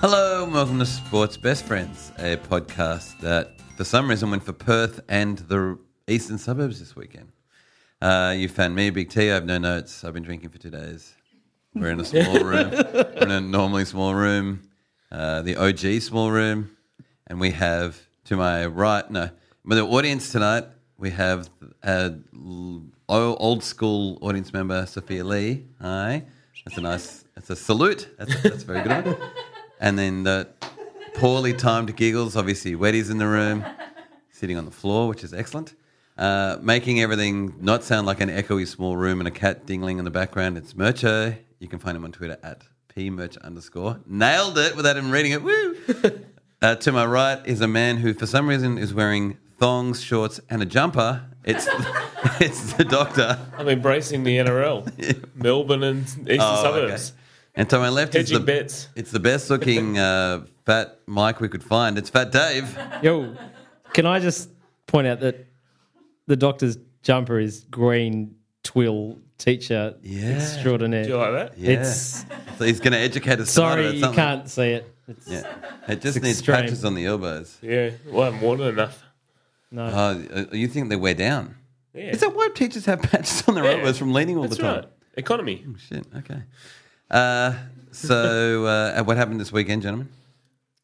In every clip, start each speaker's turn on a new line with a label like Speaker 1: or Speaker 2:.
Speaker 1: Hello and welcome to Sports Best Friends, a podcast that for some reason went for Perth and the eastern suburbs this weekend. Uh, you found me, Big T. I have no notes. I've been drinking for two days. We're in a small room, we're in a normally small room, uh, the OG small room, and we have to my right, no, with the audience tonight, we have a l- o- old school audience member, Sophia Lee. Hi, that's a nice, that's a salute. That's, that's very good. One. And then the poorly timed giggles, obviously, Weddy's in the room, sitting on the floor, which is excellent. Uh, making everything not sound like an echoey small room and a cat dingling in the background. It's Mercho. You can find him on Twitter at pmerch underscore. Nailed it without even reading it. Woo! Uh, to my right is a man who, for some reason, is wearing thongs, shorts, and a jumper. It's it's the doctor.
Speaker 2: I'm embracing the NRL, Melbourne and eastern
Speaker 1: Oh, okay.
Speaker 2: suburbs.
Speaker 1: And to my left is
Speaker 2: Hedging
Speaker 1: the
Speaker 2: bets.
Speaker 1: it's the best looking uh, fat Mike we could find. It's Fat Dave.
Speaker 3: Yo, can I just point out that the doctor's jumper is green twill teacher
Speaker 1: Yeah.
Speaker 3: extraordinaire.
Speaker 2: Do you like that?
Speaker 1: Yeah.
Speaker 3: It's
Speaker 1: So he's going to educate us. tonight
Speaker 3: sorry
Speaker 1: about
Speaker 3: you
Speaker 1: something.
Speaker 3: can't see it. It's
Speaker 1: Yeah. It just
Speaker 3: It's
Speaker 1: needs
Speaker 3: extreme.
Speaker 1: patches on the elbows.
Speaker 2: Yeah. Well, I haven't worn it enough.
Speaker 3: no.
Speaker 1: Oh, you think they wear down?
Speaker 2: Yeah.
Speaker 1: Is that why teachers have patches on their
Speaker 2: Yeah.
Speaker 1: elbows from leaning all
Speaker 2: That's
Speaker 1: the time? Oh,
Speaker 2: right. Economy.
Speaker 1: Shit. Okay. Uh, so uh, what happened this weekend, gentlemen?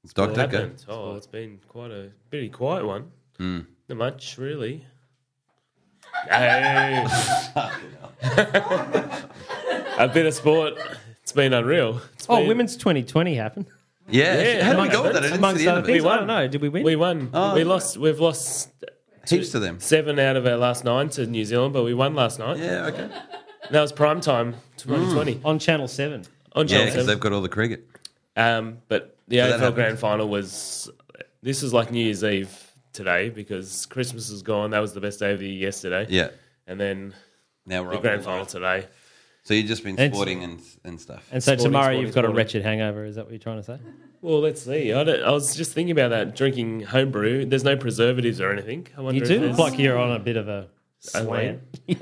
Speaker 2: What
Speaker 1: Doctor, go.
Speaker 2: happened? Oh, it's been quite a pretty quiet one.
Speaker 1: Hmm.
Speaker 2: Not much, really. Hey. a bit of sport. It's been unreal. It's
Speaker 3: oh,
Speaker 2: been-
Speaker 3: women's 2020 happened.
Speaker 1: Yeah.
Speaker 2: Yeah,
Speaker 1: How do we
Speaker 2: amongst
Speaker 1: go with that? I didn't see
Speaker 3: Amongst
Speaker 1: the end
Speaker 3: other
Speaker 1: of it.
Speaker 3: things,
Speaker 2: We
Speaker 3: I
Speaker 2: won.
Speaker 3: don't know. Did we win?
Speaker 2: We won.
Speaker 1: Oh.
Speaker 2: we lost. We've lost
Speaker 1: Heaps to them.
Speaker 2: seven out of our last nine to New Zealand, but we won last night.
Speaker 1: Yeah. Okay.
Speaker 2: That was prime time 2020
Speaker 3: on Channel Seven.
Speaker 2: on
Speaker 1: Yeah,
Speaker 2: Channel
Speaker 1: because
Speaker 2: 7.
Speaker 1: they've got all the cricket.
Speaker 2: Um, but the
Speaker 1: that
Speaker 2: AFL
Speaker 1: happens.
Speaker 2: Grand Final was this is like New Year's Eve today because Christmas is gone. That was the best day of the year yesterday.
Speaker 1: Yeah.
Speaker 2: and then
Speaker 1: Now we're
Speaker 2: the
Speaker 1: up.
Speaker 2: Grand Final today.
Speaker 1: So you've just been
Speaker 3: It's-
Speaker 1: sporting and and stuff.
Speaker 3: And so
Speaker 2: Sporting,
Speaker 3: tomorrow
Speaker 2: sporting,
Speaker 3: you've got a
Speaker 2: sporting.
Speaker 3: wretched hangover. Is that what you're trying to say?
Speaker 2: Well, let's see. I, don't- I was just thinking about that drinking homebrew. There's no preservatives or anything. I wonder
Speaker 3: You
Speaker 2: if
Speaker 3: do
Speaker 2: there's-
Speaker 3: look like you're on a bit of a slant. yeah,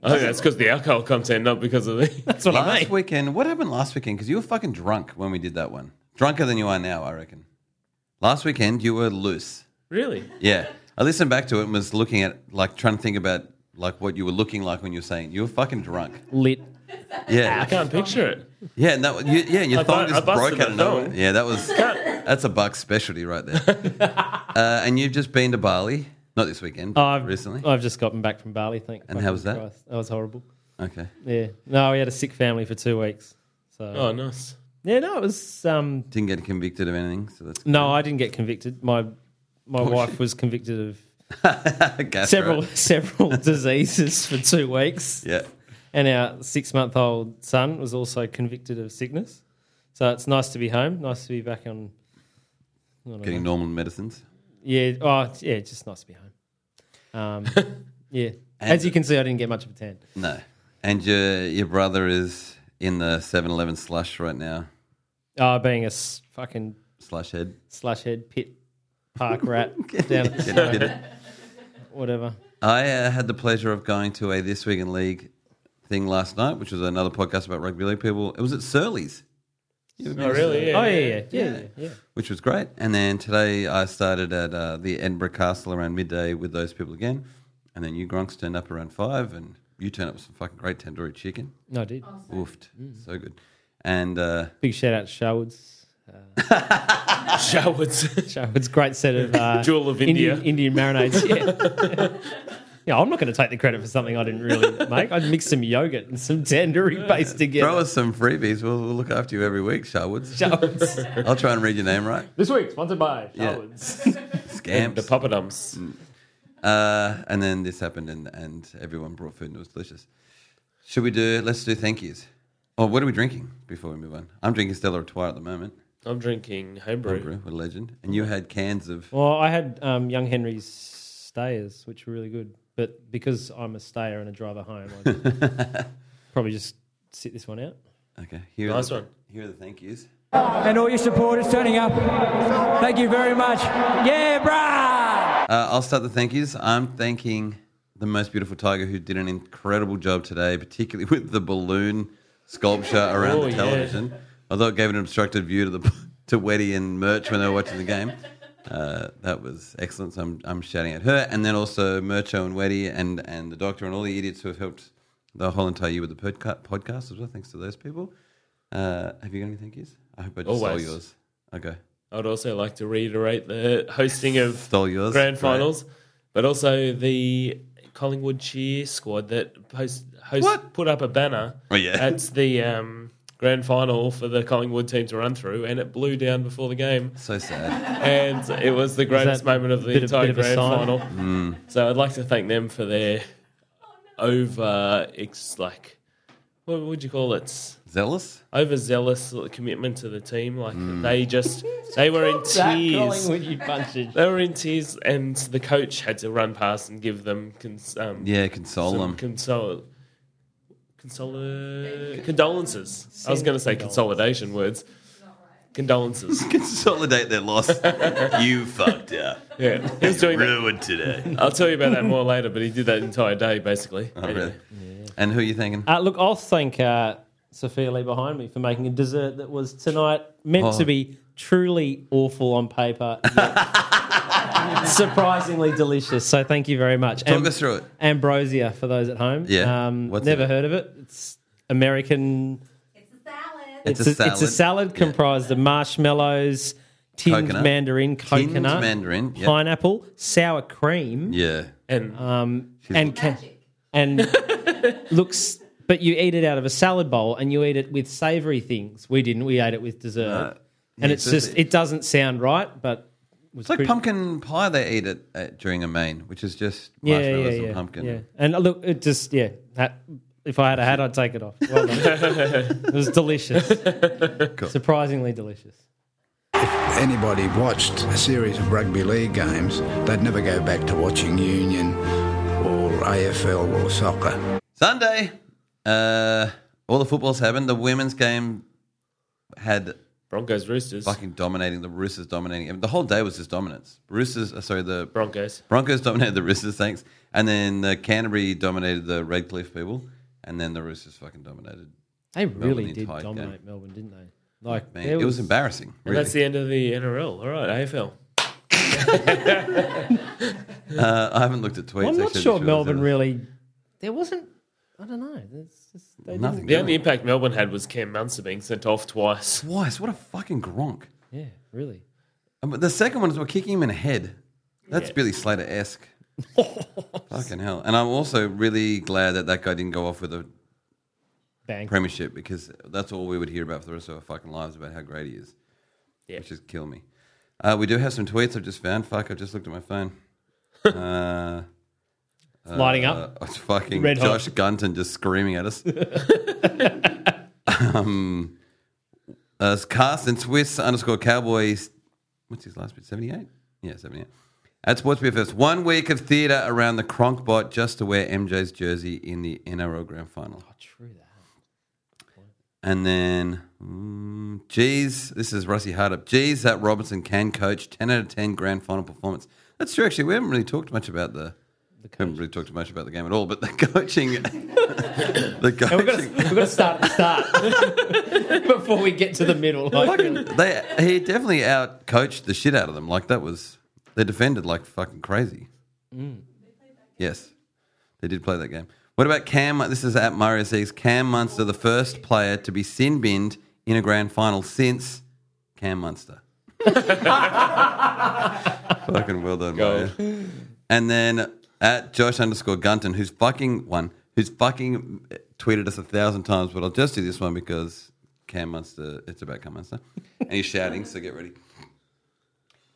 Speaker 2: I think that's because the alcohol content, not because of the.
Speaker 3: that's what I
Speaker 1: last
Speaker 3: mean.
Speaker 1: weekend, what happened last weekend? Because you were fucking drunk when we did that one. Drunker than you are now, I reckon. Last weekend you were loose.
Speaker 2: really?
Speaker 1: Yeah. I listened back to it and was looking at like trying to think about like what you were looking like when you were saying you were fucking drunk.
Speaker 3: Lit.
Speaker 2: I
Speaker 1: Yeah.
Speaker 2: can't picture it.
Speaker 1: Yeah, and that was- you, yeah, your
Speaker 2: I bu-
Speaker 1: thumb
Speaker 2: I
Speaker 1: just
Speaker 2: busted
Speaker 1: broke out of
Speaker 2: my
Speaker 1: nowhere.
Speaker 2: thumb.
Speaker 1: Yeah, that was that's a buck specialty right there. uh, and you've just been to Bali. Not this weekend,
Speaker 3: Oh,
Speaker 1: but
Speaker 3: I've,
Speaker 1: recently.
Speaker 3: I've just gotten back from Bali. Thank.
Speaker 1: And how
Speaker 3: fucking
Speaker 1: was that?
Speaker 3: Christ. That was horrible.
Speaker 1: Okay.
Speaker 3: Yeah. No, we had a sick family for two weeks. So
Speaker 2: Oh, nice.
Speaker 3: yeah, no, it was. Um,
Speaker 1: Didn't get convicted of anything, so that's
Speaker 3: no, I didn't get convicted. My my
Speaker 1: Oh,
Speaker 3: wife was convicted of
Speaker 1: Gastro.
Speaker 3: several several diseases for two weeks,
Speaker 1: Yeah.
Speaker 3: and our six month old son was also convicted of sickness. So it's nice to be home. Nice to be back on. I don't know.
Speaker 1: Getting normal medicines.
Speaker 3: Yeah. Oh, yeah. Just nice to be home. Um, yeah. As you can see, I didn't get much of a tan.
Speaker 1: No. And your your brother is in the 7-Eleven slush right now.
Speaker 3: Oh, being a s- fucking
Speaker 1: Slush head.
Speaker 3: slush head pit park rat down at
Speaker 1: Did I
Speaker 3: the snow,
Speaker 1: get it?
Speaker 3: whatever.
Speaker 1: I uh, had the pleasure of going to a This Week in League thing last night, which was another podcast about rugby league people. It was at Surly's,
Speaker 2: Oh, really? Yeah.
Speaker 3: Oh yeah, yeah, yeah, yeah. yeah.
Speaker 1: which was great. And then today I started at uh, the Edinburgh Castle around midday with those people again. And then you Gronks turned up around five, and you turned up with some fucking great tandoori chicken.
Speaker 3: No, I did.
Speaker 1: Woofed, so good. And uh,
Speaker 3: Big shout out to Sherwood's.
Speaker 2: Showers.
Speaker 3: Sherwood's great set of uh,
Speaker 2: Jewel of
Speaker 3: Indian,
Speaker 2: India.
Speaker 3: Indian marinades. Yeah. yeah, I'm not going to take the credit for something I didn't really make. I mixed some yogurt and some tandoori paste
Speaker 1: throw
Speaker 3: together.
Speaker 1: us some freebies. We'll, we'll look after you every week, Sharwoods.
Speaker 3: Sherwood's.
Speaker 1: I'll try and read your name right.
Speaker 3: This week, sponsored by
Speaker 1: Yeah.
Speaker 3: Sherwood's.
Speaker 2: The
Speaker 1: Scamps.
Speaker 2: puppadums.
Speaker 1: Mm. Uh, and then this happened, and, and everyone brought food, and it was delicious. Should we do? Let's do thank yous. Oh, what are we drinking before we move on? I'm drinking Stella Artois at the moment.
Speaker 2: I'm drinking homebrew.
Speaker 1: Homebrew, what a legend! And you had cans of
Speaker 3: Well, I had um, Young Henry's stayers, which were really good. But because I'm a stayer and a driver home, I'd probably just sit this one out.
Speaker 1: okay. Here
Speaker 2: Nice
Speaker 1: are the,
Speaker 2: one.
Speaker 1: Here are the thank yous.
Speaker 4: and all your supporters turning up. Thank you very much. Yeah, brah!
Speaker 1: Uh, I'll start the thank yous. I'm thanking the most beautiful tiger who did an incredible job today, particularly with the balloon sculpture around
Speaker 2: Oh,
Speaker 1: the
Speaker 2: yeah.
Speaker 1: television. Although it gave an obstructed view to the to Weddy and Merch when they were watching the game. Uh, that was excellent. So I'm, I'm shouting at her. And then also Mercho and Weddy and, and the doctor and all the idiots who have helped the whole entire year with the podca- podcast as well. Thanks to those people. Uh, have you got any thank yous? I hope I just
Speaker 2: Always.
Speaker 1: stole yours. Okay.
Speaker 2: I would also like to reiterate the hosting of
Speaker 1: Stole yours.
Speaker 2: grand
Speaker 1: Great.
Speaker 2: finals, but also the Collingwood cheer squad that post, host
Speaker 1: What?
Speaker 2: put up a banner.
Speaker 1: Oh, yeah.
Speaker 2: that's the um, grand final for the Collingwood team to run through, and it blew down before the game,
Speaker 1: So sad.
Speaker 2: and it was the greatest moment of the
Speaker 3: bit of-
Speaker 2: entire
Speaker 3: bit of a
Speaker 2: grand
Speaker 3: sign?
Speaker 2: final.
Speaker 1: Hmm.
Speaker 2: So I'd like to thank them for their over ex like what would you call it?
Speaker 1: Zealous?
Speaker 2: overzealous commitment to the team. Like
Speaker 1: Hmm.
Speaker 2: they just they were in tears.
Speaker 3: you bunches.
Speaker 2: They were in tears, and the coach had to run past and give them cons- um,
Speaker 1: Yeah, console
Speaker 2: some
Speaker 1: them.
Speaker 2: console. Consol- condolences. I was going to say
Speaker 3: Condolences.
Speaker 2: consolidation words. Condolences.
Speaker 1: Consolidate their loss. you fucked up.
Speaker 2: Yeah, he was doing that.
Speaker 1: Ruined today.
Speaker 2: I'll tell you about that more later. But he did that entire day, basically.
Speaker 1: Oh, really? And who are you thinking?
Speaker 3: Uh, look, I'll thank uh, Sophia Lee behind me for making a dessert that was tonight meant
Speaker 1: Oh.
Speaker 3: to be truly awful on paper, yet surprisingly delicious. So thank you very much.
Speaker 1: Talk us through it.
Speaker 3: Ambrosia for those at home.
Speaker 1: Yeah.
Speaker 3: um,
Speaker 1: What's
Speaker 3: never
Speaker 1: it?
Speaker 3: heard of it. It's American.
Speaker 5: It's a salad.
Speaker 1: It's
Speaker 3: It's a,
Speaker 1: a salad.
Speaker 3: it's a salad comprised of marshmallows, tinned
Speaker 1: Coconut.
Speaker 3: mandarin,
Speaker 1: Tinned
Speaker 3: coconut,
Speaker 1: mandarin, yep.
Speaker 3: pineapple, sour cream,
Speaker 1: Yeah.
Speaker 2: And
Speaker 3: and ca-
Speaker 5: Magic.
Speaker 3: and looks. But you eat it out of a salad bowl, and you eat it with savory things. We didn't. We ate it with dessert, and
Speaker 1: Yeah,
Speaker 3: it's
Speaker 1: so
Speaker 3: just
Speaker 1: it's-
Speaker 3: it doesn't sound right, but it was
Speaker 1: It's like
Speaker 3: pretty-
Speaker 1: pumpkin pie they eat at, at during a main, which is just
Speaker 3: Yeah,
Speaker 1: marshmallows
Speaker 3: yeah,
Speaker 1: and
Speaker 3: yeah,
Speaker 1: pumpkin.
Speaker 3: yeah. And uh, look, it just yeah. that- if I had a hat, I'd take it off. Well done. it was delicious, surprisingly delicious.
Speaker 6: anybody watched a series of rugby league games, they'd never go back to watching Union or AFL or soccer.
Speaker 1: Sunday, uh, all the footballs happened. The women's game had
Speaker 2: Broncos Roosters.
Speaker 1: fucking dominating. The Roosters dominating. the whole day was just dominance. Roosters, uh, sorry, the
Speaker 2: Broncos.
Speaker 1: Broncos dominated the Roosters, thanks. And then the Canterbury dominated the Redcliffe people. And then the Roosters fucking dominated.
Speaker 3: They really
Speaker 1: the
Speaker 3: did
Speaker 1: entire game.
Speaker 3: dominate Melbourne, didn't they? Like
Speaker 1: Man,
Speaker 3: there
Speaker 1: it was embarrassing. Really.
Speaker 2: That's the end of the NRL. All right, AFL.
Speaker 1: uh, I haven't looked at tweets.
Speaker 3: I'm not
Speaker 1: actually,
Speaker 3: sure
Speaker 1: to be honest.
Speaker 3: Melbourne really. There wasn't. I don't know. There's just, they
Speaker 1: Nothing.
Speaker 2: The only impact Melbourne had was Cam Munster being sent off twice.
Speaker 1: Twice. What a fucking gronk.
Speaker 3: didn't- Yeah, really.
Speaker 1: And but the second one is we're kicking him in the head. That's Billy Slater esque. Fucking hell. And I'm also really glad that that guy didn't go off with a
Speaker 3: Bang.
Speaker 1: premiership because that's all we would hear about for the rest of our fucking lives about how great he is.
Speaker 2: Yeah.
Speaker 1: Which is kill me. Uh, we do have some tweets I've just found. Fuck, I've just looked at my phone. uh,
Speaker 3: Lighting
Speaker 1: uh,
Speaker 3: up.
Speaker 1: it's fucking
Speaker 3: Red hot.
Speaker 1: Josh Gunton just screaming at us. um, uh, Carsten Swiss underscore Cowboys. What's his last bit? 78? Yeah, 78. At Sports BFFs, one week of theatre around the Cronkbot just to wear MJ's jersey in the NRL Grand Final.
Speaker 3: True that.
Speaker 1: And then, mm, geez, this is Rusty Hardup. Geez, that Robinson can coach. 10 out of 10 grand final performance. That's true, actually. We haven't really talked much about the. we haven't really talked much about the game at all, but the coaching. the
Speaker 3: And we've got,
Speaker 1: coaching.
Speaker 3: to, we've got to start at the start before we get to the middle. Like, really.
Speaker 1: They, he definitely out coached the shit out of them. Like, that was. They defended like fucking crazy. Yes, they did play that game. What about Cam? This is at Mario Six. Cam Munster, the first player to be sin binned in a grand final since Cam Munster. fucking well done,
Speaker 2: Gold.
Speaker 1: Mario. And then at Josh underscore Gunton, who's fucking one, who's fucking tweeted us a thousand times, but I'll just do this one because Cam Munster, it's about Cam Munster. And he's shouting, so get ready.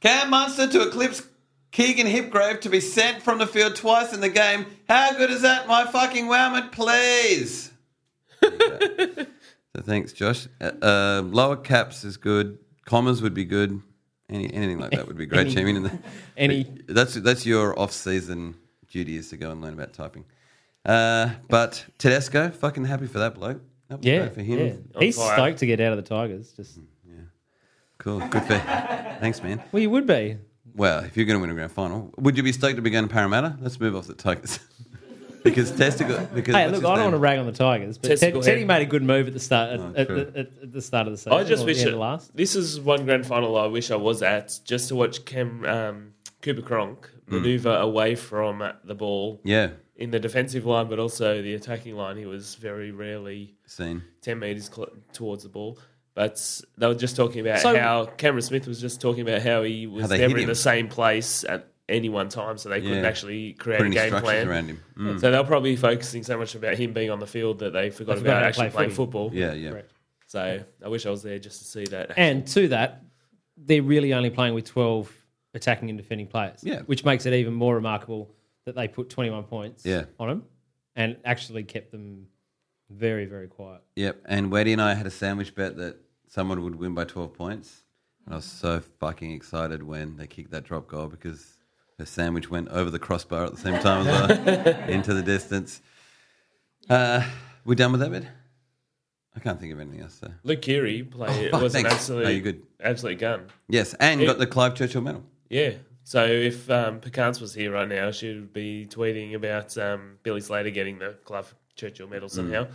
Speaker 1: Cam Munster to eclipse Keegan Hipgrave to be sent from the field twice in the game. How good is that, my fucking wowment, please? so thanks, Josh. Uh, uh, lower caps is good. Commas would be good. Any, anything like that would be great, Jamie. And the-
Speaker 3: Any-
Speaker 1: That's that's your off-season duty is to go and learn about typing. Uh, but Tedesco, fucking happy for that bloke. That was
Speaker 3: Yeah,
Speaker 1: great for him. Hmm.
Speaker 3: yeah. He's
Speaker 2: On fire.
Speaker 3: stoked to get out of the Tigers. Just
Speaker 1: Cool, good for. Thanks, man.
Speaker 3: well, you would be.
Speaker 1: Well, if you're going to win a grand final, would you be stoked to be going to Parramatta? Let's move off the Tigers. because testicle. Because
Speaker 3: Hey,
Speaker 1: what's
Speaker 3: look,
Speaker 1: his
Speaker 3: I don't
Speaker 1: name?
Speaker 3: want to rag on the Tigers, but Ted,
Speaker 2: Testicle
Speaker 3: Teddy
Speaker 2: head.
Speaker 3: made a good move at the start at,
Speaker 1: Oh,
Speaker 3: at,
Speaker 1: true.
Speaker 3: the- at, at the start of the season.
Speaker 2: I just
Speaker 3: or
Speaker 2: wish
Speaker 3: the end
Speaker 2: it.
Speaker 3: of last.
Speaker 2: This is one grand final I wish I was at just to watch Cam um, Cooper Cronk maneuver away from uh, the ball
Speaker 1: Hmm. Yeah,
Speaker 2: in the defensive line, but also the attacking line. He was very rarely
Speaker 1: seen.
Speaker 2: ten meters cl- towards the ball. But they were just talking about
Speaker 3: So-
Speaker 2: how Cameron Smith was just talking about how he was
Speaker 1: How they
Speaker 2: never
Speaker 1: hit
Speaker 2: in the
Speaker 1: him.
Speaker 2: same place at any one time, so they couldn't
Speaker 1: Yeah.
Speaker 2: actually create
Speaker 1: Putting
Speaker 2: a game
Speaker 1: structures
Speaker 2: plan.
Speaker 1: around him. Mm.
Speaker 2: So they're probably focusing so much about him being on the field that they forgot,
Speaker 3: They forgot
Speaker 2: about
Speaker 3: how to
Speaker 2: actually
Speaker 3: play
Speaker 2: playing
Speaker 3: footy.
Speaker 2: football.
Speaker 1: Yeah, yeah.
Speaker 3: Correct.
Speaker 2: So I wish I was there just to see that.
Speaker 3: And to that, they're really only playing with 12 attacking and defending players,
Speaker 1: Yeah.
Speaker 3: which makes it even more remarkable that they put 21 points
Speaker 1: Yeah.
Speaker 3: on them and actually kept them very, very quiet.
Speaker 1: Yep. And Weddy and I had a sandwich bet that someone would win by 12 points. And I was so fucking excited when they kicked that drop goal because the sandwich went over the crossbar at the same time as well into the distance. Uh, we're done with that bit? I can't think of anything else. So.
Speaker 2: Luke Keary played
Speaker 1: Oh,
Speaker 2: was
Speaker 1: thanks.
Speaker 2: an absolute,
Speaker 1: Oh, you're good.
Speaker 2: absolute gun.
Speaker 1: Yes. And got the Clive Churchill medal.
Speaker 2: Yeah. So if um, Picance was here right now, she would be tweeting about um, Billy Slater getting the Clive Churchill medal
Speaker 1: Mm.
Speaker 2: somehow.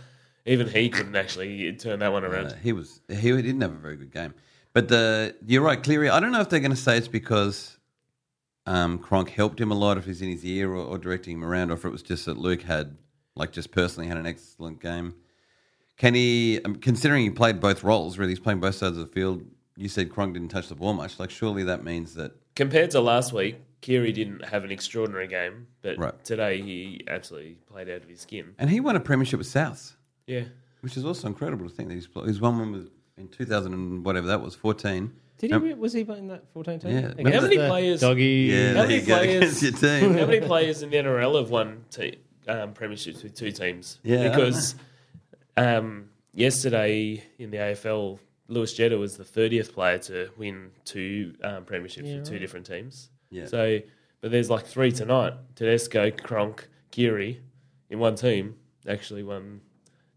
Speaker 2: Even he couldn't actually turn that one around.
Speaker 1: Uh, he was he didn't have a very good game. But the you're right, Cleary. I don't know if they're going to say it's because um, Cronk helped him a lot, if he's in his ear or, or directing him around, or if it was just that Luke had like just personally had an excellent game. Can he, um, considering he played both roles, really, he's playing both sides of the field. You said Cronk didn't touch the ball much. Like, surely that means that
Speaker 2: Compared to last week, Keary didn't have an extraordinary game, but
Speaker 1: Right.
Speaker 2: today he absolutely played out of his skin.
Speaker 1: and he won a premiership with South,
Speaker 2: Yeah.
Speaker 1: which is also incredible to think that he's pl- he's won one with in 2000 and whatever that was 14.
Speaker 3: Did he?
Speaker 1: Um,
Speaker 3: re- was he in that 14 team?
Speaker 1: Yeah.
Speaker 3: Against
Speaker 1: Remember
Speaker 2: many
Speaker 3: the
Speaker 2: players-
Speaker 3: Doggy.
Speaker 1: Yeah,
Speaker 2: How
Speaker 1: there
Speaker 2: many
Speaker 1: you go
Speaker 2: players-
Speaker 1: against your team.
Speaker 2: How many players in the NRL have won te- um, premierships with two teams?
Speaker 1: Yeah, I don't
Speaker 2: because um, yesterday in the AFL, Lewis Jetta was the thirtieth player to win two um, premierships with two different teams.
Speaker 1: Yeah.
Speaker 2: So, but there's like three tonight: Tedesco, Cronk, Geary, in one team actually won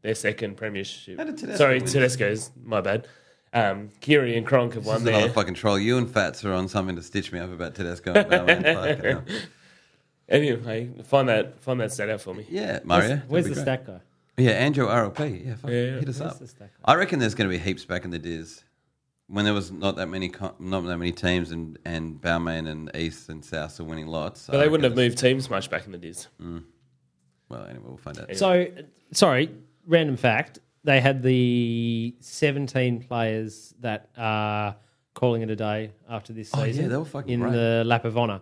Speaker 2: their second premiership.
Speaker 1: How did Tedesco
Speaker 2: Sorry,
Speaker 1: win?
Speaker 2: Tedesco's my bad. Um, Geary and Cronk have
Speaker 1: This
Speaker 2: won
Speaker 1: is another
Speaker 2: their
Speaker 1: fucking troll. You and Fats are on something to stitch me up about Tedesco and Bowman. Fucking hell.
Speaker 2: Anyway, find that find that stat out for me.
Speaker 1: yeah,
Speaker 3: Where's,
Speaker 1: Mario. that'd
Speaker 3: where's
Speaker 1: be
Speaker 3: the
Speaker 1: great.
Speaker 3: stack guy?
Speaker 1: Yeah, Andrew RLP. Yeah, fuck,
Speaker 2: Yeah.
Speaker 1: hit us
Speaker 3: Where's
Speaker 1: up.
Speaker 3: the stack guy?
Speaker 1: I reckon there's going to be heaps back in the days when there was not that many co- not that many teams and and Balmain and East and South are winning lots.
Speaker 2: But they wouldn't have moved teams much back in the days.
Speaker 1: Well, anyway, we'll find out.
Speaker 3: So, uh, sorry, random fact. They had the 17 players that are calling it a day after this
Speaker 1: Oh, yeah,
Speaker 3: season
Speaker 1: they were fucking
Speaker 3: in
Speaker 1: great. Mm.
Speaker 3: the lap of honour.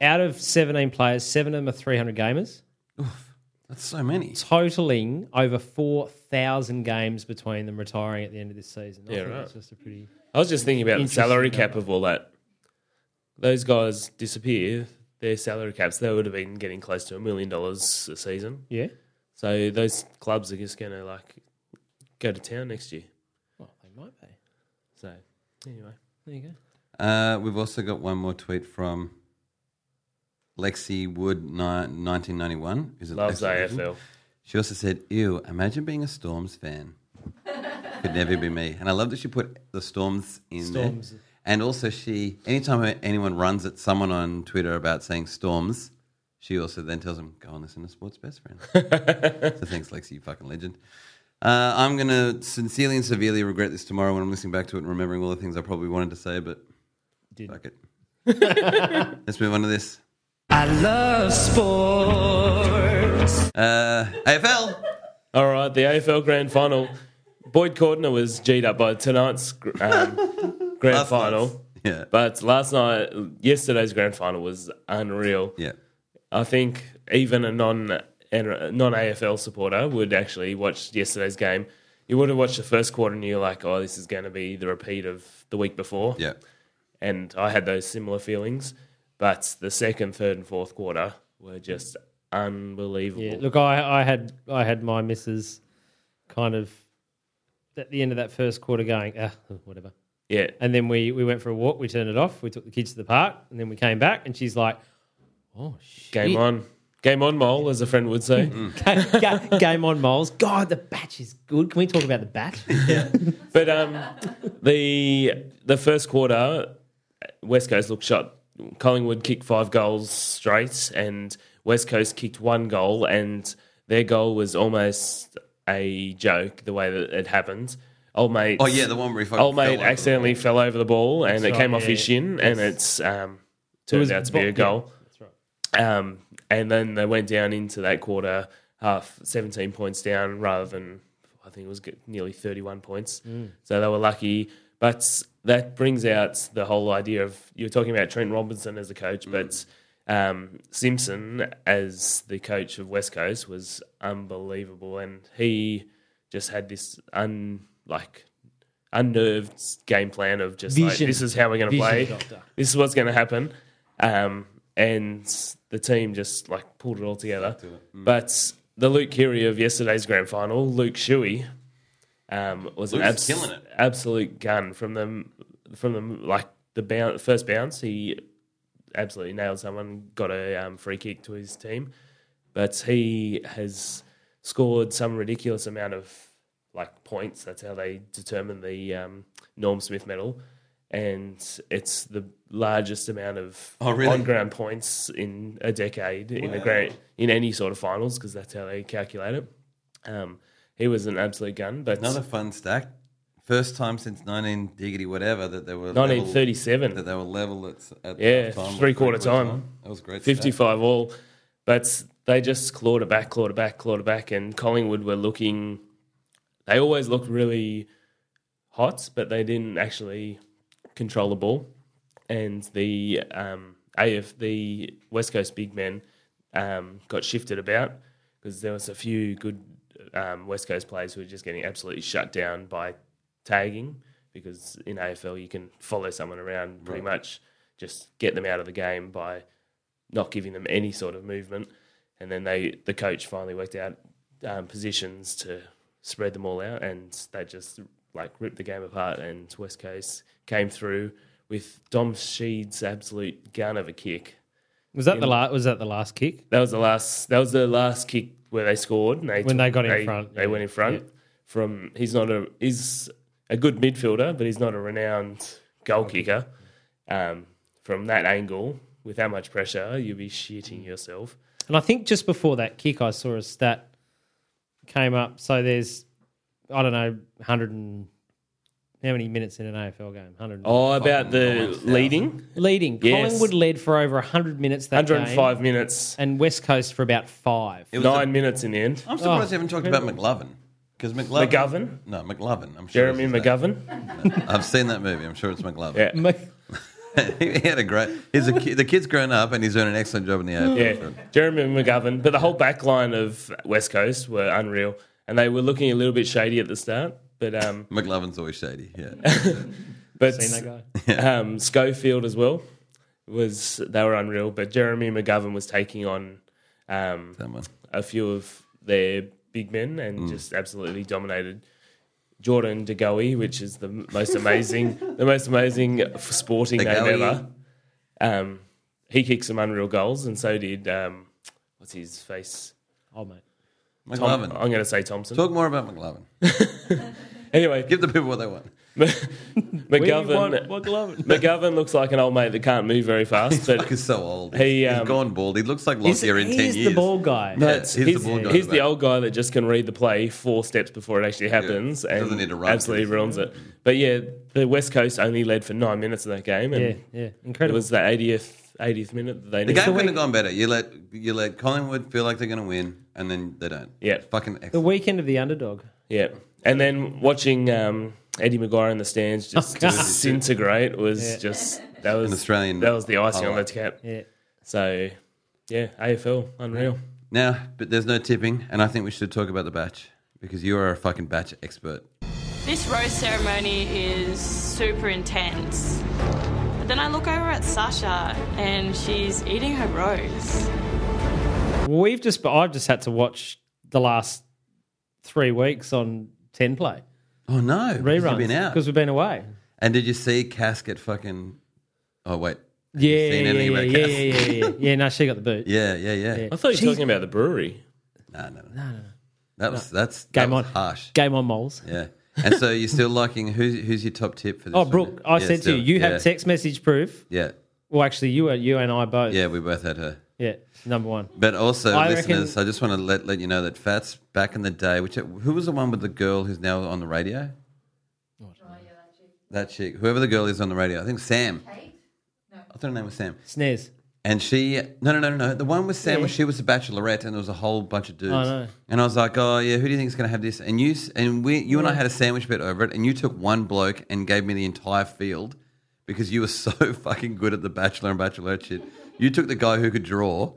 Speaker 3: Out of 17 players, seven of them are 300 gamers,
Speaker 1: That's so many.
Speaker 3: totaling over 4,000 games between them retiring at the end of this season. I
Speaker 2: Yeah,
Speaker 3: think
Speaker 2: right.
Speaker 3: It's just a pretty.
Speaker 2: I was just thinking about the
Speaker 3: Interesting
Speaker 2: salary cap of all that. Those guys disappear. Their salary caps, they would have been getting close to a million dollars a season.
Speaker 3: Yeah.
Speaker 2: So those clubs are just going to like go to town next year.
Speaker 3: Well, they might be.
Speaker 2: So anyway,
Speaker 3: There you go.
Speaker 1: Uh, we've also got one more tweet from Lexi Wood, ni- 1991. Is it
Speaker 2: loves
Speaker 1: Lexi Wood?
Speaker 2: AFL.
Speaker 1: She also said, Ew, imagine being a Storms fan. Could never be me. And I love that she put the Storms in
Speaker 3: Storms.
Speaker 1: there. And also, she, anytime her- anyone runs at someone on Twitter about saying Storms, she also then tells them, Go and listen to Sports Best Friend. so thanks, Lexi, you fucking legend. Uh, I'm going to sincerely and severely regret this tomorrow when I'm listening back to it and remembering all the things I probably wanted to say, but
Speaker 3: Didn't.
Speaker 1: fuck it. Let's move on to this. I love sports. Uh, AFL.
Speaker 2: All right, the AFL Grand Final. Boyd Cordner was G'd up by tonight's gr- um, Grand
Speaker 1: Last
Speaker 2: Final.
Speaker 1: night's. Yeah.
Speaker 2: But last night, yesterday's Grand Final was unreal.
Speaker 1: Yeah.
Speaker 2: I think even a non a non AFL supporter would actually watch yesterday's game. You would have watched the first quarter and you're like, oh, this is going to be the repeat of the week before.
Speaker 1: Yeah.
Speaker 2: And I had those similar feelings. But the second, third, and fourth quarter were just unbelievable.
Speaker 3: Yeah, look, I, I had I had my misses kind of at the end of that first quarter going, ah, whatever.
Speaker 2: yeah.
Speaker 3: And then we, we went for a walk, we turned it off, we took the kids to the park, and then we came back, and she's like, oh, shit.
Speaker 2: Game on. Game on, Mole, as a friend would say.
Speaker 3: Ga- game on, Moles. God, the batch is good. Can we talk about the batch?
Speaker 2: But um, the the first quarter, West Coast looked shot. Collingwood kicked five goals straight, and West Coast kicked one goal, and their goal was almost a joke the way that it happened. Old mate.
Speaker 1: Oh, yeah, the one where he fucking
Speaker 2: old
Speaker 1: fell
Speaker 2: mate
Speaker 1: over.
Speaker 2: accidentally fell over the ball, and it
Speaker 3: right,
Speaker 2: came off
Speaker 3: yeah,
Speaker 2: his shin, and it's um, turned out to be a goal.
Speaker 3: That's right.
Speaker 2: Um, and then they went down into that quarter half, 17 points down rather than, I think it was get- nearly 31 points.
Speaker 3: Mm.
Speaker 2: So they were lucky. But that brings out the whole idea of you were talking about Trent Robinson as a coach,
Speaker 1: Mm.
Speaker 2: but um, Simpson as the coach of West Coast was unbelievable. And he just had this un like unnerved game plan of just like,
Speaker 3: Vision.
Speaker 2: this is how we're going to
Speaker 3: Vision
Speaker 2: play.
Speaker 3: doctor.
Speaker 2: This is what's going to happen. Um, and the team just like pulled it all together.
Speaker 1: Mm.
Speaker 2: But the Luke Curry of yesterday's grand final, Luke Shuey, um, was an
Speaker 1: Luke's
Speaker 2: abs-
Speaker 1: killing it.
Speaker 2: absolute gun from them. From them, like the bounce, first bounce, he absolutely nailed someone. Got a um, free kick to his team, but he has scored some ridiculous amount of like points. That's how they determine the um, Norm Smith Medal, and it's the largest amount of
Speaker 1: Oh, really?
Speaker 2: on ground points in a decade in a grand in any sort of finals because that's how they calculate it. Um, he was an absolute gun, but
Speaker 1: Another fun stack. First time since 19 diggity whatever that they were level-
Speaker 2: 1937.
Speaker 1: that they were level at, s- at
Speaker 2: Yeah,
Speaker 1: half-time or
Speaker 2: three-quarter
Speaker 1: three-quarter
Speaker 2: time.
Speaker 1: That was a great. stack.
Speaker 2: 55 all. But they just clawed it back, clawed it back, clawed it back. And Collingwood were looking, they always looked really hot, but they didn't actually control the ball. And the um, AF, the West Coast big men, um, got shifted about because there was a few good um, West Coast players who were just getting absolutely shut down by tagging because in AFL you can follow someone around pretty much, just get them out of the game by not giving them any sort of movement. And then they, the coach finally worked out um, positions to spread them all out, and they just like ripped the game apart. And West Coast came through with Dom Sheed's absolute gun of a kick.
Speaker 3: Was that the last? Was that the last kick?
Speaker 2: That was the last. That was the last kick where they scored. And they
Speaker 3: When they got in front,
Speaker 2: they
Speaker 3: yeah.
Speaker 2: went in front. From he's not a he's a good midfielder, but he's not a renowned goal kicker. Um, from that angle, with that much pressure, you'd be shitting yourself.
Speaker 3: And I think just before that kick, I saw a stat came up. So there's, I don't know, hundred and how many minutes in an AFL game? Hundred.
Speaker 2: Oh, about the
Speaker 1: almost
Speaker 2: leading,
Speaker 3: leading.
Speaker 2: Yes.
Speaker 3: Collingwood led for over hundred minutes that
Speaker 2: hundred
Speaker 3: game,
Speaker 2: and five minutes,
Speaker 3: and West Coast for about five.
Speaker 1: It was a-
Speaker 2: nine minutes in the end.
Speaker 1: I'm surprised you haven't talked about McLovin because McLovin.
Speaker 2: McGovern,
Speaker 1: No, McLovin. I'm sure.
Speaker 2: Jeremy
Speaker 1: it's his
Speaker 2: McGovern.
Speaker 1: name. I've seen that movie. I'm sure it's McLovin.
Speaker 2: Yeah.
Speaker 1: he had a great. He's a kid, the kid's grown up and he's doing an excellent job in the AFL.
Speaker 2: Yeah, Jeremy McGovern. But the whole back line of West Coast were unreal, and they were looking a little bit shady at the start. But um,
Speaker 1: McLovin's always shady. Yeah,
Speaker 2: but
Speaker 3: Seen that guy.
Speaker 2: um, Schofield as well was they were unreal. But Jeremy McGovern was taking on um,
Speaker 1: that one.
Speaker 2: a few of their big men and
Speaker 1: Mm.
Speaker 2: just absolutely dominated. Jordan De Goey, which is the most amazing, the most amazing f- sporting
Speaker 1: De
Speaker 2: name
Speaker 1: Goey.
Speaker 2: ever. Um, he kicked some unreal goals, and so did um, what's his face.
Speaker 3: Oh mate,
Speaker 2: Tom-
Speaker 1: McLovin.
Speaker 2: I'm going to say Thompson.
Speaker 1: Talk more about McLovin.
Speaker 2: Anyway,
Speaker 1: Give the people what they want.
Speaker 2: McGovern. McGovern looks like an old mate that can't move very fast, but
Speaker 1: He's so old.
Speaker 2: He,
Speaker 1: has
Speaker 2: um,
Speaker 1: gone bald. He looks like
Speaker 3: he's,
Speaker 1: Lockyer in ten
Speaker 3: he's
Speaker 1: years.
Speaker 3: the ball guy.
Speaker 1: Yeah,
Speaker 2: That's-
Speaker 1: he's, the bald guy.
Speaker 2: he's
Speaker 1: in
Speaker 2: the
Speaker 1: back.
Speaker 2: old guy that just can read the play four steps before it actually happens
Speaker 1: Yeah. Doesn't
Speaker 2: and
Speaker 1: need to run
Speaker 2: absolutely
Speaker 1: through.
Speaker 2: ruins it. But yeah, the West Coast only led for nine minutes in that game, and
Speaker 3: Yeah, yeah,
Speaker 2: it
Speaker 3: incredible.
Speaker 2: was the 80th 80th minute that they
Speaker 1: The
Speaker 2: needed.
Speaker 1: game couldn't have gone better. You let you let Collingwood feel like they're going to win, and then they don't.
Speaker 2: Yeah.
Speaker 1: fucking
Speaker 3: the
Speaker 1: excellent.
Speaker 3: weekend of the underdog.
Speaker 2: Yeah, and then watching um, Eddie McGuire in the stands just
Speaker 3: Oh, God.
Speaker 2: disintegrate was
Speaker 3: Yeah.
Speaker 2: just that was
Speaker 1: Australian
Speaker 2: That was the icing on the
Speaker 1: highlight.
Speaker 2: cap.
Speaker 3: Yeah,
Speaker 2: So yeah, AFL unreal.
Speaker 1: Now, but there's no tipping, and I think we should talk about the batch because you are a fucking batch expert.
Speaker 5: This rose ceremony is super intense. But then I look over at Sasha and she's eating her rose.
Speaker 3: we've just. I've just had to watch the last three weeks on ten play
Speaker 1: Oh no, because
Speaker 3: reruns
Speaker 1: you've been out.
Speaker 3: because we've been away.
Speaker 1: And did you see Casket fucking? Oh wait, Have you
Speaker 3: Yeah,
Speaker 1: seen
Speaker 3: yeah,
Speaker 1: anything
Speaker 3: yeah,
Speaker 1: about
Speaker 3: yeah,
Speaker 1: Cass?
Speaker 3: yeah, yeah, yeah. Yeah, no, she got the boot.
Speaker 1: Yeah, yeah, yeah.
Speaker 3: Yeah.
Speaker 2: I thought you were talking about the brewery.
Speaker 1: No, no, no, That was that's that
Speaker 3: Game
Speaker 1: was
Speaker 3: on,
Speaker 1: harsh.
Speaker 3: Game on, moles.
Speaker 1: Yeah. And so you're still liking who's who's your top tip for this?
Speaker 3: Oh,
Speaker 1: one?
Speaker 3: Brooke, I
Speaker 1: Yeah,
Speaker 3: said to
Speaker 1: still.
Speaker 3: you, you
Speaker 1: Yeah.
Speaker 3: have text message proof.
Speaker 1: Yeah,
Speaker 3: Well, actually, you you and I both.
Speaker 1: yeah. We both had her.
Speaker 3: Yeah, number one.
Speaker 1: But also,
Speaker 3: I
Speaker 1: listeners,
Speaker 3: reckon-
Speaker 1: I just want to let, let you know that Fats back in the day, which who was the one with the girl who's now on the radio? That chick, whoever the girl is on the radio, I think Sam. Kate? No. I thought her name was Sam.
Speaker 3: Snares.
Speaker 1: And she, no, no, no, no, no. The one with Sam
Speaker 3: Yeah.
Speaker 1: was she was a bachelorette, and there was a whole bunch of dudes.
Speaker 3: I know.
Speaker 1: And I was like, oh yeah, who do you think is going to have this? And you, s- and we, you and I had a sandwich bet over it, and you took one bloke and gave me the entire field because you were so fucking good at the bachelor and bachelorette shit. You took the guy who could draw,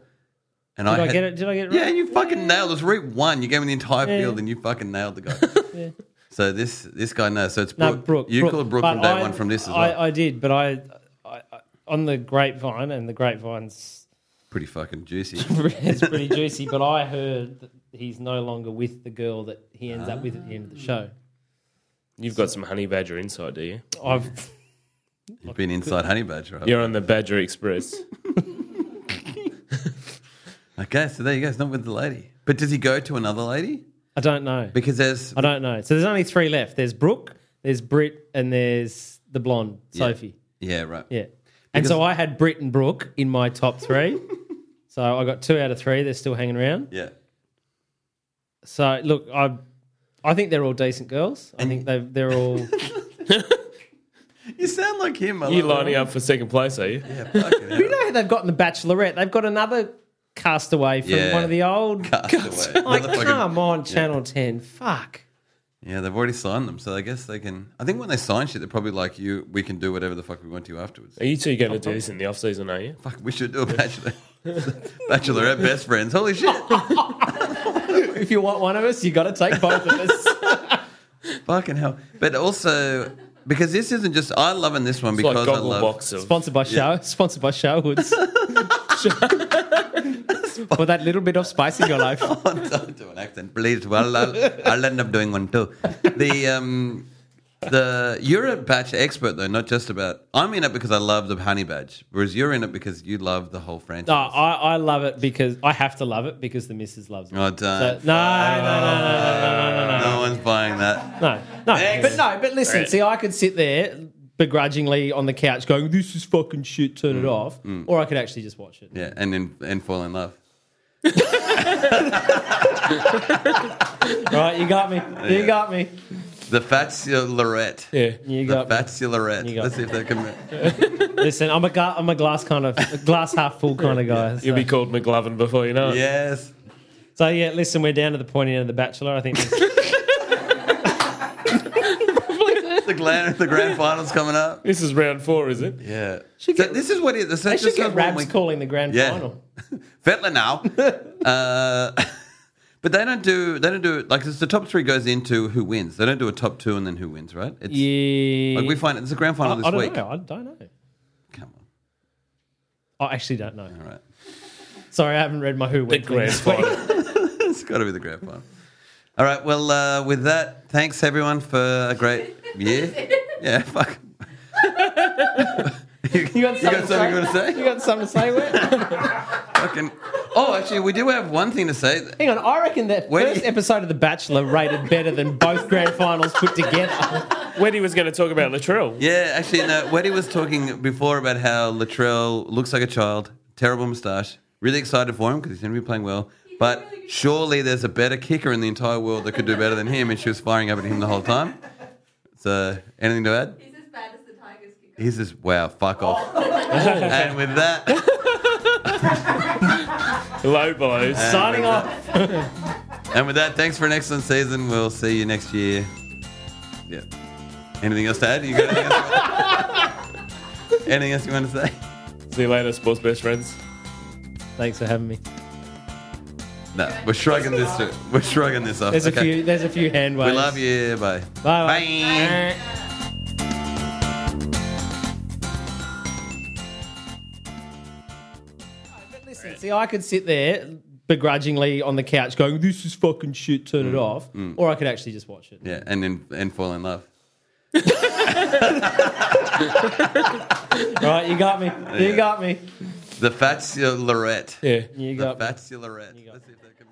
Speaker 1: and
Speaker 3: Did I,
Speaker 1: had,
Speaker 3: get it? Did I get it right?
Speaker 1: Yeah, and you fucking nailed. It was route one. You gave me the entire
Speaker 3: Yeah.
Speaker 1: field, and you fucking nailed the guy.
Speaker 3: Yeah.
Speaker 1: So this this guy knows. So it's
Speaker 3: No,
Speaker 1: Brooke.
Speaker 3: Brooke.
Speaker 1: you call it Brooke from
Speaker 3: But
Speaker 1: day
Speaker 3: I-
Speaker 1: one from this as well.
Speaker 3: I, I did, but I, I, I on the grapevine, and the grapevine's
Speaker 1: Pretty fucking juicy.
Speaker 3: it's pretty juicy. But I heard that he's no longer with the girl that he ends up with at the end of the show.
Speaker 2: You've got some honey badger insight, do you?
Speaker 3: I've
Speaker 1: You've been inside Honey Badger. right?
Speaker 2: You're on the Badger Express.
Speaker 1: Okay, so there you go. It's not with the lady. But does he go to another lady?
Speaker 3: I don't know.
Speaker 1: Because there's
Speaker 3: I don't know. So there's only three left. There's Brooke, there's Brit, and there's the blonde Sophie.
Speaker 1: yeah, right.
Speaker 3: Yeah. And so I had Brit and Brooke in my top three. so I got two out of three. They're still hanging around.
Speaker 1: yeah.
Speaker 3: So look, I, I think they're all decent girls. I think they they're all.
Speaker 1: You sound like him. I
Speaker 2: you
Speaker 1: love
Speaker 2: lining
Speaker 1: it.
Speaker 2: up for second place, are you?
Speaker 1: Yeah, fucking
Speaker 3: you
Speaker 1: hell.
Speaker 3: know who they've got in the Bachelorette? They've got another castaway from
Speaker 1: Yeah.
Speaker 3: one of the old.
Speaker 1: Castaway.
Speaker 3: Like,
Speaker 1: Another fucking-
Speaker 3: come on, Channel Ten. Fuck.
Speaker 1: yeah, they've already signed them, so I guess they can. I think when they sign shit, they're probably like, "You, we can do whatever the fuck we want to afterwards."
Speaker 2: Are you two going to do this in the off season? Are you?
Speaker 1: Fuck, we should do a bachelor, bachelorette best friends. Holy shit!
Speaker 3: If you want one of us, you got to take both of us.
Speaker 1: fucking hell! But also because this isn't just I love in this one
Speaker 2: It's like
Speaker 1: because I
Speaker 2: goggle
Speaker 1: love
Speaker 2: box of
Speaker 3: Sponsored by Show. Sponsored by Showhoods. For that little bit of spice in your life.
Speaker 1: don't do an accent, please. Well, I'll, I'll end up doing one too. The um, the you're a badge expert though, not just about. I'm in it because I love the honey badge, whereas you're in it because you love the whole
Speaker 3: No,
Speaker 1: franchise.
Speaker 3: I, I love it because I have to love it because the missus loves it.
Speaker 1: Oh, damn.
Speaker 3: So- no, no, no, no, no, no, no,
Speaker 1: no one's buying that.
Speaker 3: no, no. But no, but listen. See, I could sit there begrudgingly on the couch going, "This is fucking shit. Turn it off," or I could actually just watch it.
Speaker 1: Mm. Yeah, and then and fall in love.
Speaker 3: All right, you got me. You got me.
Speaker 1: The fatulorette.
Speaker 2: yeah.
Speaker 3: You
Speaker 1: The
Speaker 3: got me.
Speaker 1: fatulorette.
Speaker 3: You got
Speaker 1: Let's see
Speaker 3: me.
Speaker 1: if they can.
Speaker 3: Listen, I'm a gla- I'm a glass kind of a glass half full kind of guy.
Speaker 2: You'll
Speaker 3: so.
Speaker 2: be called McLovin before you know it.
Speaker 1: Yes.
Speaker 3: So yeah, listen, we're down to the pointy end of the Bachelor. I think there's-
Speaker 1: The grand, the grand finals coming up.
Speaker 2: This is round four, is it?
Speaker 1: Yeah.
Speaker 3: Should
Speaker 1: So
Speaker 3: get-
Speaker 1: this is what it is.
Speaker 3: they should get Rabs calling the grand
Speaker 1: Yeah.
Speaker 3: final.
Speaker 1: Fetler now. uh, but they don't do they don't do like it's the top three goes into who wins. They don't do a top two and then who wins, right? It's,
Speaker 3: Yeah,
Speaker 1: Like we find it's a grand final
Speaker 3: I,
Speaker 1: this
Speaker 3: I don't
Speaker 1: week.
Speaker 3: know. I don't know.
Speaker 1: Come on.
Speaker 3: I actually don't know.
Speaker 1: All right.
Speaker 3: Sorry, I haven't read my Who
Speaker 2: The
Speaker 3: Weekly.
Speaker 2: grand
Speaker 3: this week.
Speaker 2: final.
Speaker 1: It's got to be the grand final. All right. Well, uh, with that, thanks everyone for a great year. Yeah. Fuck. you, you got something, you want to say?
Speaker 3: You got something to say? Where?
Speaker 1: Fucking- Oh, actually, we do have one thing to say.
Speaker 3: Hang on, I reckon that
Speaker 1: When-
Speaker 3: first episode of The Bachelor rated better than both grand finals put together.
Speaker 2: Weddy was going to talk about Latrell.
Speaker 1: Yeah, actually, no. Weddy was talking before about how Latrell looks like a child, terrible moustache. Really excited for him because he's going to be playing well. But surely there's a better kicker in the entire world that could do better than him, and she was firing up at him the whole time. So, anything to add?
Speaker 7: He's as bad as the Tigers kicker.
Speaker 1: He's just, wow, fuck off. and with that,
Speaker 2: Low blows.
Speaker 1: Um,
Speaker 3: Signing off.
Speaker 1: and with that, thanks for an excellent season. We'll see you next year. Yeah. Anything else to add? You got anything else? anything else you want to say?
Speaker 2: See you later, sports best friends.
Speaker 3: Thanks for having me.
Speaker 1: No, we're shrugging this. We're shrugging this off.
Speaker 3: There's a
Speaker 1: Okay.
Speaker 3: few. There's a few hand
Speaker 1: We
Speaker 3: waves.
Speaker 1: love you. Bye.
Speaker 3: Bye.
Speaker 1: Bye.
Speaker 3: Listen, see, I could sit there begrudgingly on the couch going, "This is fucking shit. Turn it off," or I could actually just watch it.
Speaker 1: Mm. Yeah, and then and fall in love.
Speaker 3: All right, you got me. You got me.
Speaker 1: The fatulorette.
Speaker 2: Yeah.
Speaker 3: You
Speaker 1: The
Speaker 3: got me.
Speaker 1: fatulorette. Let's see if that can